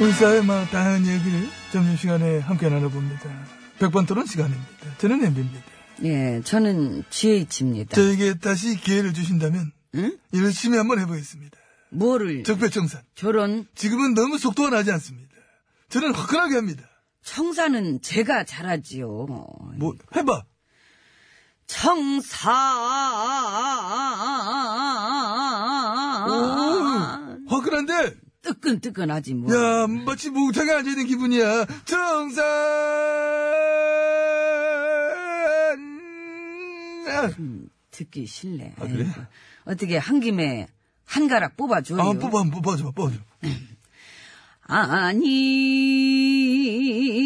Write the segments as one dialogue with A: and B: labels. A: 우리 사회의 막 다양한 얘기를 점심시간에 함께 나눠봅니다. 백반토론 시간입니다. 저는 엠비입니다.
B: 예, 저는 GH입니다.
A: 저에게 다시 기회를 주신다면
B: 응?
A: 열심히 한번 해보겠습니다.
B: 뭐를?
A: 적폐청산.
B: 결혼?
A: 지금은 너무 속도가 나지 않습니다. 저는 화끈하게 합니다.
B: 청사는 제가 잘하지요.
A: 뭐 해봐.
B: 청사!
A: 오, 화끈한데.
B: 뜨끈뜨끈하지 뭐.
A: 야 마치 목탕에 앉아 있는 기분이야. 청산.
B: 음, 듣기 싫네.
A: 아, 그래?
B: 아이고. 어떻게 한 김에 한 가락 뽑아줘요?
A: 아 뽑아 뽑아줘 뽑아줘.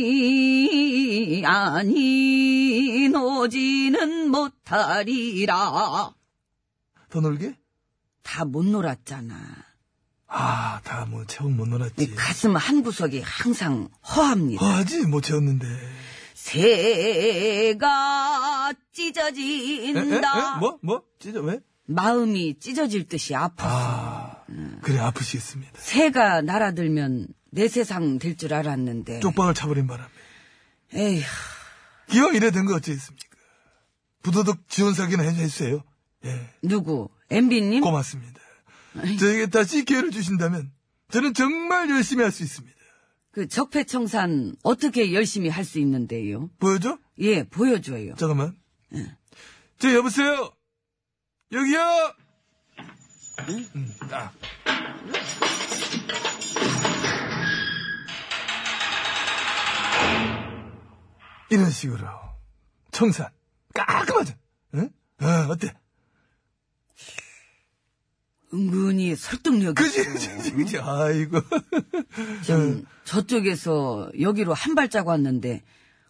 B: 아니, 아니, 노지는 못하리라.
A: 더 놀게?
B: 다 못 놀았잖아. 네
A: 아다 뭐 채운 못 놀았지. 아,
B: 가슴 한 구석이 항상 허합니다.
A: 화하지 못 채웠는데.
B: 새가
A: 에, 에, 에?
B: 찢어진다.
A: 뭐 뭐? 찢어 왜?
B: 마음이 찢어질 듯이 아파.
A: 아 그래 아프시겠습니다.
B: 네. 새가 날아들면 내 세상 될 줄 알았는데.
A: 쪽방을 차버린 바람에.
B: 에휴,
A: 기왕 이래 된 거 어찌겠습니까? 부도덕 지원 사기나 해- 해주세요. 예,
B: 누구? 엠비님?
A: 고맙습니다. 저에게 다시 기회를 주신다면 저는 정말 열심히 할 수 있습니다.
B: 그 적폐청산 어떻게 열심히 할 수 있는데요?
A: 보여줘?
B: 예, 보여줘요.
A: 잠깐만.
B: 예.
A: 저 여보세요. 여기요.
B: 예?
A: 음, 아. 이런 식으로 청산 깔끔하죠? 응? 어, 어때?
B: 은근히 설득력이.
A: 그지,
B: 있고.
A: 그지, 그지. 아이고.
B: 좀
A: 음.
B: 저쪽에서 여기로 한 발짝 왔는데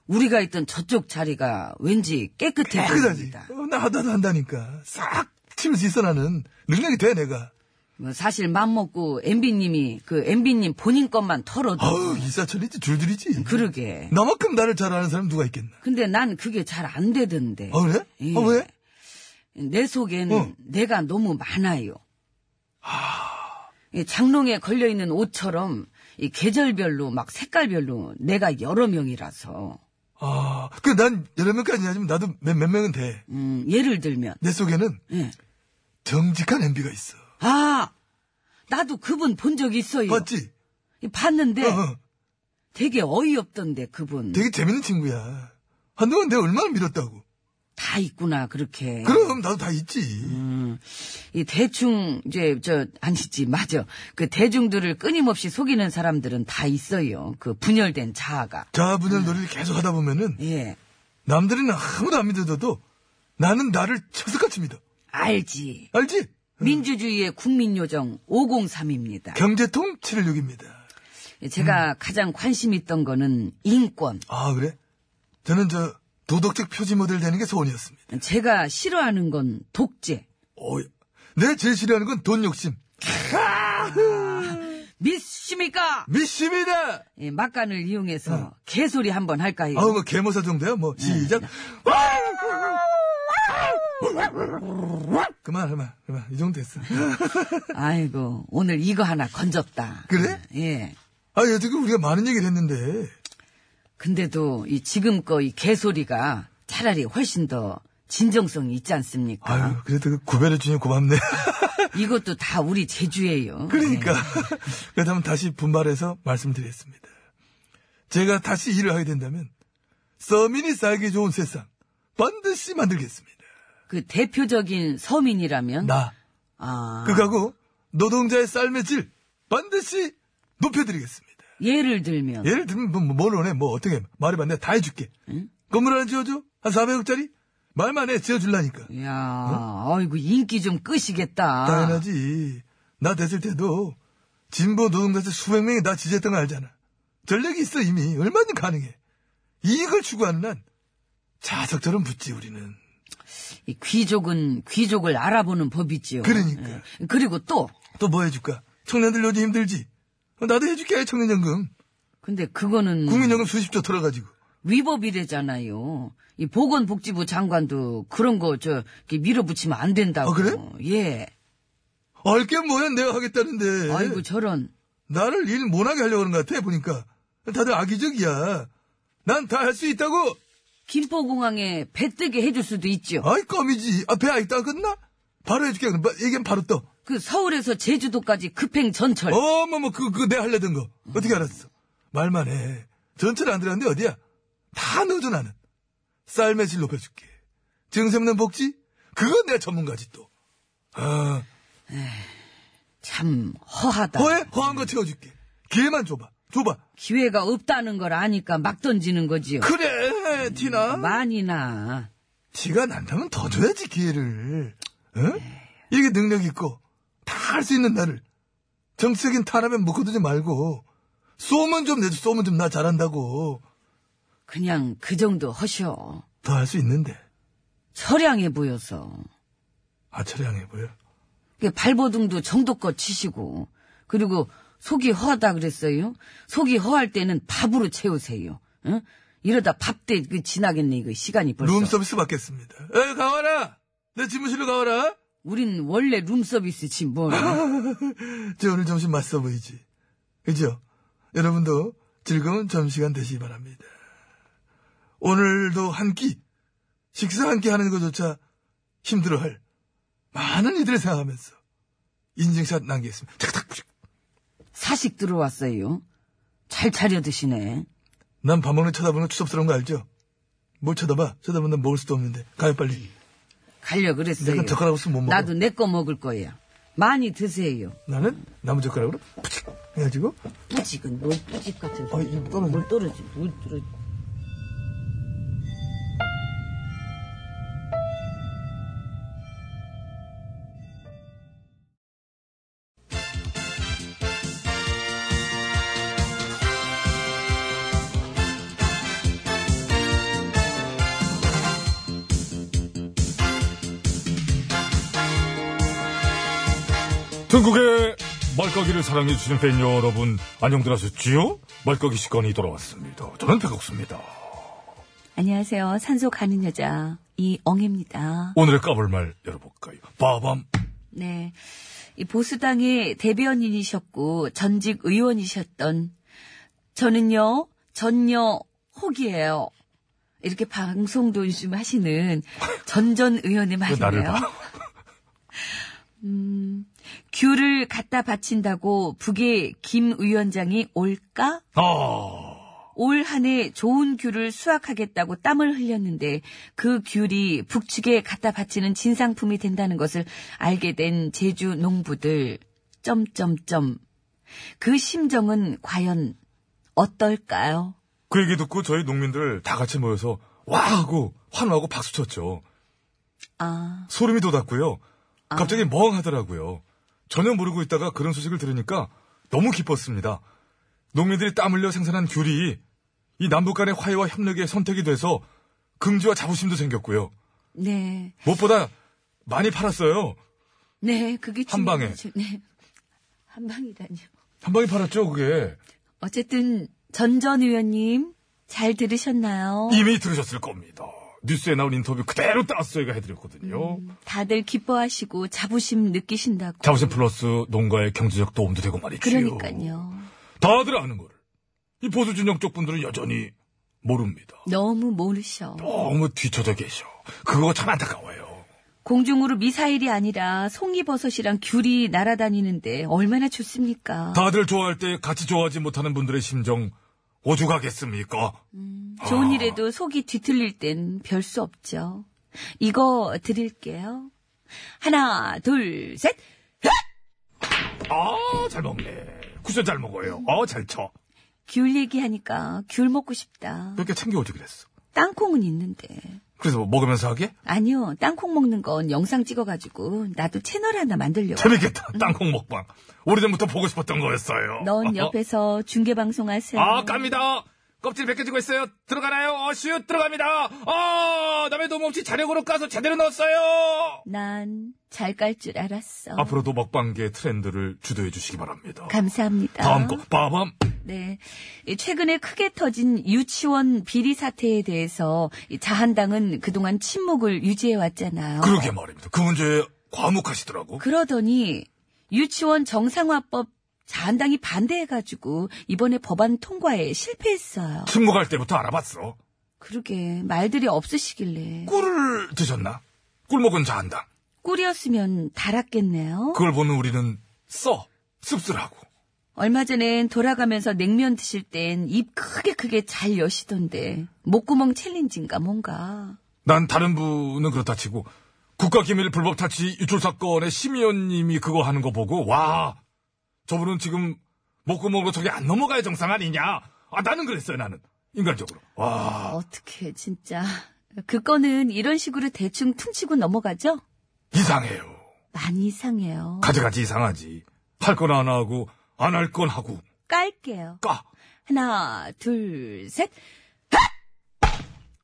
B: 우리가 있던 저쪽 자리가 왠지 깨끗해
A: 깨끗하지.
B: 보입니다.
A: 어, 나 하다도 한다니까. 싹 치면서 있어, 나는. 능력이 돼, 내가.
B: 뭐 사실 맘 먹고 엠비님이 그 엠비님 본인 것만 털어도
A: 아우, 일사천리지, 줄줄이지.
B: 그러게.
A: 나만큼 나를 잘 아는 사람 누가 있겠나.
B: 근데 난 그게 잘 안 되던데.
A: 아, 그래?
B: 예.
A: 아, 왜?
B: 내 속엔
A: 어.
B: 내가 너무 많아요.
A: 아.
B: 이 장롱에 걸려 있는 옷처럼 이 계절별로 막 색깔별로 내가 여러 명이라서
A: 아, 그 난 여러 명까지 하지만 나도 몇, 몇 명은 돼.
B: 음, 예를 들면
A: 내 속에는
B: 예.
A: 정직한 MB가 있어.
B: 아 나도 그분 본 적 있어요.
A: 맞지?
B: 이 봤는데
A: 어, 어.
B: 되게 어이없던데 그분
A: 되게 재밌는 친구야. 한동안 내가 얼마나 밀었다고.
B: 다 있구나 그렇게.
A: 그럼 나도 다 있지.
B: 이 대충 이제 저 아니지 맞아 그 대중들을 끊임없이 속이는 사람들은 다 있어요 그 분열된 자아가
A: 자아분열 놀이를 계속 하다 보면은
B: 예
A: 남들은 아무도 안 믿어도 나는 나를 철석같이 믿어.
B: 알지
A: 알지?
B: 민주주의의 국민요정 503입니다 예,
A: 경제통 716입니다.
B: 제가
A: 음.
B: 가장 관심 있던 거는 인권
A: 아, 그래? 저는 저 도덕적 표지 모델 되는 게 소원이었습니다.
B: 제가 싫어하는 건 독재
A: 오, 내가 제일 싫어하는 건 돈 욕심.
B: 믿습니까
A: 미심이다!
B: 예, 막간을 이용해서
A: 어.
B: 개소리 한번 할까요
A: 아우, 뭐, 개모사 정도야? 뭐, 시작. 그만, 그만, 그만. 이 정도 됐어.
B: 아이고 오늘 이거 하나 건졌다
A: 그래?
B: 예
A: 아, 여태까 우리가 많은 얘기를 했는데.
B: 근데도 이 지금 거 이 개소리가 차라리 훨씬 더 진정성이 있지 않습니까?
A: 아유, 그래도 그 구별해주니 고맙네.
B: 이것도 다 우리 제주예요.
A: 그러니까.
B: 네.
A: 그렇다면 다시 분발해서 말씀드리겠습니다. 제가 다시 일을 하게 된다면 서민이 살기 좋은 세상 반드시 만들겠습니다.
B: 그 대표적인 서민이라면
A: 나
B: 아
A: 그하고 노동자의 삶의 질 반드시 높여드리겠습니다.
B: 예를 들면
A: 예를 들면 뭐, 뭘 원해 뭐 어떻게 말해봐 내가 다 해줄게. 건물 하나 지어줘 한 400억짜리 말만 해 지어줄라니까.
B: 야, 아이고 인기 좀 끄시겠다.
A: 당연하지. 나 됐을 때도 진보 노동자들 수백 명이 나 지지했던 거 알잖아. 전력이 있어 이미 얼마든 가능해. 이익을 추구하는 한 자석처럼 붙지 우리는.
B: 이 귀족은 귀족을 알아보는 법이지요.
A: 그러니까.
B: 예. 그리고 또
A: 또 뭐 해줄까? 청년들 요즘 힘들지. 어, 나도 해줄게 청년연금.
B: 근데 그거는
A: 국민연금 수십조 털어가지고.
B: 위법이래잖아요. 이 보건복지부 장관도 그런 거 저 밀어붙이면 안 된다고.
A: 아, 그래?
B: 예.
A: 알게 뭐야 내가 하겠다는데.
B: 아이고 저런.
A: 나를 일 못하게 하려고 그런 것 같아 보니까. 다들 악의적이야. 난 다 할 수 있다고.
B: 김포공항에 배 뜨게 해줄 수도 있죠.
A: 아이 껌이지. 앞에 아 있다 끝나? 바로 해줄게. 그럼 바- 얘기하면 바로 떠.
B: 그 서울에서 제주도까지 급행 전철.
A: 어머머, 그, 그, 내가 하려던 거. 어떻게 알았어? 말만 해. 전철 안 들어갔는데 어디야? 다 넣어줘, 나는. 쌀의 질 높여줄게. 증세 없는 복지? 그건 내 전문가지, 또. 아,
B: 참 허하다.
A: 허해? 허한 거 채워줄게. 기회만 줘봐. 줘봐.
B: 기회가 없다는 걸 아니까 막 던지는 거지요.
A: 그래, 아? 티나.
B: 많이 나.
A: 지가 난다면 더 줘야지, 기회를. 응? 이게 능력 있고, 다 할 수 있는 나를. 정치적인 탄압에 묶어두지 말고, 쏘면 좀 내줘, 쏘면 좀 나 잘한다고.
B: 그냥 그 정도 허셔.
A: 더 할 수 있는데.
B: 처량해 보여서.
A: 아차량해 보여.
B: 그 발버둥도 정도껏 치시고. 그리고 속이 허하다 그랬어요. 속이 허할 때는 밥으로 채우세요. 응? 이러다 밥때 그 지나겠네 이거 시간이 벌써.
A: 룸 서비스 받겠습니다. 에 가와라. 내 집무실로 가와라.
B: 우린 원래 룸 서비스지 뭘.
A: 저 오늘 점심 맛있어 보이지. 그죠? 여러분도 즐거운 점심시간 되시기 바랍니다. 오늘도 한 끼, 식사 한 끼 하는 것조차 힘들어할 많은 이들을 생각하면서 인증샷 남기겠습니다. 탁탁.
B: 사식 들어왔어요. 잘 차려 드시네.
A: 난 밥 먹는 쳐다보는 추접스러운 거 알죠? 뭘 쳐다봐? 쳐다보면 난 먹을 수도 없는데. 가요 빨리.
B: 갈려 그랬어요.
A: 내가 젓가락 없으면 못 먹어.
B: 나도 내 거 먹을 거야. 많이 드세요.
A: 나는 나무젓가락으로 푸직 해가지고
B: 뿌직은 뭘 뿌직 같은
A: 아,
B: 소리.
A: 이거 떨어져.
B: 뭘 떨어지? 뭘 떨어지?
C: 전국의 말까기를 사랑해주신 팬 여러분, 안녕들 하셨지요? 말까기 시간이 돌아왔습니다. 저는 백옥수입니다.
D: 안녕하세요. 산소 가는 여자 이엉입니다.
C: 오늘의 까불말 열어볼까요? 빠밤!
D: 네. 이 보수당의 대변인이셨고 전직 의원이셨던 저는요 전여 혹이에요. 이렇게 방송도 좀 하시는 전전 의원의
C: 왜 나를
D: 말이에요. 음,
C: 봐?
D: 귤을 갖다 바친다고 북의 김 위원장이 올까?
C: 아,
D: 올 한 해 좋은 귤을 수확하겠다고 땀을 흘렸는데 그 귤이 북측에 갖다 바치는 진상품이 된다는 것을 알게 된 제주 농부들 점점점 그 심정은 과연 어떨까요?
C: 그 얘기 듣고 저희 농민들 다 같이 모여서 와! 하고 환호하고 박수 쳤죠.
D: 아,
C: 소름이 돋았고요. 갑자기 멍하더라고요. 전혀 모르고 있다가 그런 소식을 들으니까 너무 기뻤습니다. 농민들이 땀 흘려 생산한 귤이 이 남북 간의 화해와 협력의 선택이 돼서 긍지와 자부심도 생겼고요.
D: 네,
C: 무엇보다 많이 팔았어요.
D: 네, 그게
C: 한 방에.
D: 중요하죠. 네, 한 방이다뇨.
C: 한 방에 팔았죠, 그게.
D: 어쨌든 전전 의원님 잘 들으셨나요?
C: 이미 들으셨을 겁니다. 뉴스에 나온 인터뷰 그대로 따서 저희가 해드렸거든요.
D: 음. 다들 기뻐하시고 자부심 느끼신다고.
C: 자부심 플러스 농가의 경제적 도움도 되고 말이죠.
D: 그러니까요.
C: 다들 아는 거를. 이 보수 진영 쪽 분들은 여전히 모릅니다.
D: 너무 모르셔.
C: 너무 뒤쳐져 계셔. 그거 참 안타까워요.
B: 공중으로 미사일이 아니라 송이버섯이랑 귤이 날아다니는데 얼마나 좋습니까?
E: 다들 좋아할 때 같이 좋아하지 못하는 분들의 심정 오죽하겠습니까?
B: 좋은
E: 아.
B: 일에도 속이 뒤틀릴 땐 별 수 없죠. 이거 드릴게요. 하나, 둘, 셋.
E: 아, 잘 먹네. 구슬 잘 먹어요. 아, 잘 쳐.
B: 귤 얘기하니까 귤 먹고 싶다.
E: 몇 개 챙겨오지 그랬어.
B: 땅콩은 있는데.
E: 그래서 뭐 먹으면서 하게?
B: 아니요, 땅콩 먹는 건 영상 찍어가지고 나도 채널 하나 만들려고.
E: 재밌겠다. 땅콩 먹방. 오래전부터 보고 싶었던 거였어요.
B: 넌 옆에서 중계방송 하세요.
E: 아, 갑니다. 껍질 벗겨지고 있어요. 들어가나요? 어, 슛 들어갑니다. 아, 남의 도움 없이 자력으로 까서 제대로 넣었어요.
B: 난 잘 깔 줄 알았어.
E: 앞으로도 먹방계 트렌드를 주도해 주시기 바랍니다.
B: 감사합니다.
E: 다음 거 빠밤.
B: 네. 이 최근에 크게 터진 유치원 비리 사태에 대해서 이 자한당은 그동안 침묵을 유지해 왔잖아요.
E: 그러게 말입니다. 그 문제에 과묵하시더라고.
B: 더니 유치원 정상화법 자한당이 반대해가지고 이번에 법안 통과에 실패했어요.
E: 침묵할 때부터 알아봤어.
B: 그러게 말들이 없으시길래
E: 꿀을 드셨나? 꿀 먹은 자한다.
B: 꿀이었으면 달았겠네요.
E: 그걸 보는 우리는 써 씁쓸하고.
B: 얼마 전엔 돌아가면서 냉면 드실 땐 입 크게 크게 잘 여시던데 목구멍 챌린지인가 뭔가.
E: 난 다른 분은 그렇다 치고 국가기밀 불법 탈취 유출 사건의 심의원님이 그거 하는 거 보고 와 저분은 지금 목구멍으로 저게 안 넘어가야 정상 아니냐 아 나는 그랬어요 나는 인간적으로 와
B: 어떻게 진짜 그 건은 이런 식으로 대충 퉁치고 넘어가죠?
E: 이상해요
B: 많이 이상해요.
E: 가지가지 이상하지 할 건 안 하고 안 할 건 하고
B: 깔게요. 하나, 둘, 셋.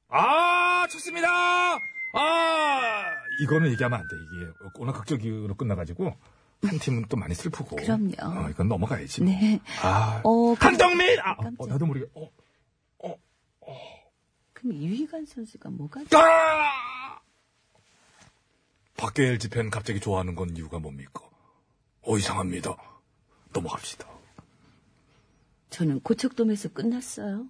E: 까아 좋습니다 아 이거는 얘기하면 안 돼 이게 워낙 극적으로 끝나가지고 한 팀은 또 많이 슬프고
B: 그럼요.
E: 어, 이건 넘어가야지 뭐.
B: 네.
E: 아
B: 어, 그,
E: 한정민! 아,
B: 깜짝이야.
E: 어, 나도 모르게. 어.
B: 그럼 유희관 선수가 뭐가?
E: 아! 박계일 집회는 갑자기 좋아하는 건 이유가 뭡니까? 어, 이상합니다. 넘어갑시다.
B: 저는 고척돔에서 끝났어요.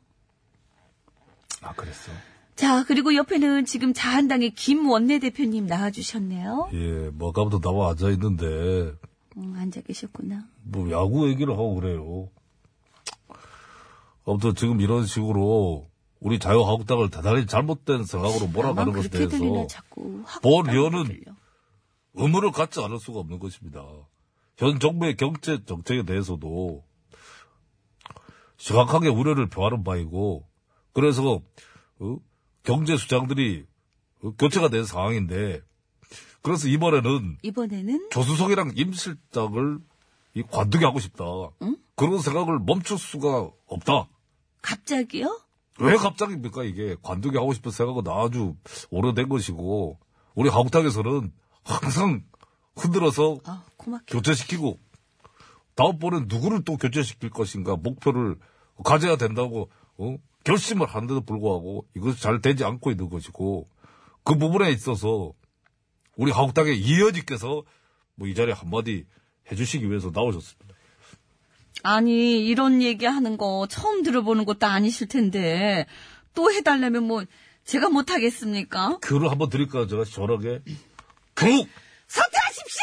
E: 아, 그랬어?
B: 자, 그리고 옆에는 지금 자한당의 김 원내대표님 나와주셨네요.
A: 예, 뭐 아까부터 나와 앉아 있는데
B: 음, 앉아 계셨구나.
A: 뭐 야구 얘기를 하고 그래요. 아무튼 지금 이런 식으로 우리 자유한국당을 대단히 잘못된 생각으로 몰아가는 뭐,
B: 나만
A: 것에
B: 그렇게
A: 대해서
B: 들리나 자꾸 확
A: 본
B: 따로
A: 의원은
B: 들려.
A: 의무를 갖지 않을 수가 없는 것입니다. 현 정부의 경제 정책에 대해서도 정확하게 우려를 표하는 바이고 그래서 어? 경제 수장들이 어? 교체가 된 상황인데 그래서 이번에는
B: 이번에는
A: 조수석이랑 임 실장을 이 관두게 하고 싶다. 그런 생각을 멈출 수가 없다.
B: 갑자기요?
A: 왜 갑자기입니까 이게 관두게 하고 싶은 생각은 아주 오래된 것이고 우리 한국당에서는 항상 흔들어서
B: 아, 고맙게.
A: 교체시키고 다음번엔 누구를 또 교체시킬 것인가 목표를 가져야 된다고 어? 결심을 하는데도 불구하고 이것이 잘 되지 않고 있는 것이고 그 부분에 있어서 우리 한국당의 이현지께서 뭐 이 자리에 한마디 해주시기 위해서 나오셨습니다.
B: 아니, 이런 얘기 하는 거 처음 들어보는 것도 아니실 텐데, 또 해달라면 뭐, 제가 못하겠습니까?
A: 교를 한번 드릴까요? 제가 시원하게. 경욱!
B: 사퇴하십시오!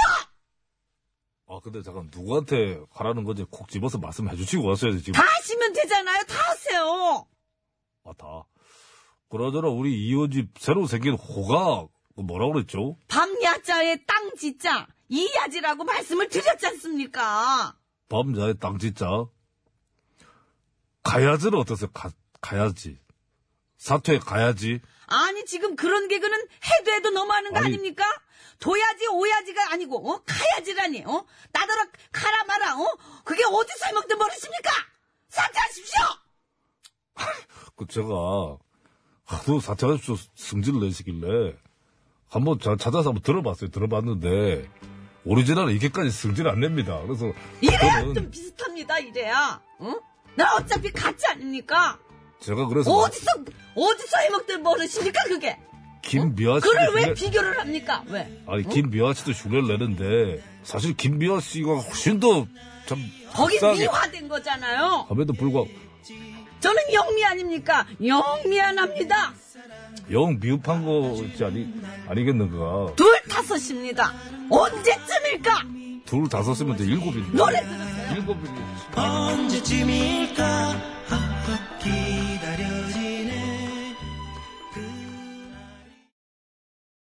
A: 아 근데 잠깐 누구한테 하라는 건지 콕 집어서 말씀해 주시고 왔어야지 지금.
B: 다 하시면 되잖아요! 다 하세요!
A: 아, 다. 그러저나 우리 이호집 새로 생긴 호가 뭐라고 그랬죠?
B: 밤야자에 땅 짓자! 이야지라고 말씀을 드렸지 않습니까?
A: 밤자의 땅 진짜. 가야지는 어떠세요? 가, 가야지. 사퇴 가야지.
B: 아니, 지금 그런 개그는 해도 해도 너무하는 거
A: 아니.
B: 아닙니까 도야지, 오야지가 아니고, 어? 가야지라니, 어? 나더러 가라 마라, 어? 그게 어디서 해먹든 버릇입니까? 사퇴하십시오!
A: 그 제가 하도 사퇴하십시오 승진을 내시길래 한번 자- 찾아서 한번 들어봤어요. 들어봤는데 오리지널은 이렇게까지 승진 안 냅니다. 그래서
B: 이래야
A: 저는
B: 좀 비슷합니다, 이래야. 응? 나 어차피 가짜 아닙니까?
A: 제가 그래서
B: 어디서, 어디서 해먹들 버릇입니까, 그게?
A: 김미아 씨
B: 어? 그걸 왜 비교를 어? 합니까? 왜?
A: 아니 김미아 씨도 흉내를 내는데 사실 김미아 씨가 훨씬 더참
B: 거기 미화된 거잖아요.
A: 함에도 불구하고
B: 저는 영미 아닙니까? 영미안합니다.
A: 영 미흡한 거지 아니, 아니겠는가.
B: 둘 다섯입니다. 언제쯤일까?
A: 둘 다섯이면 또 일곱인데.
B: 노래!
A: 일곱이면.
F: 언제쯤일까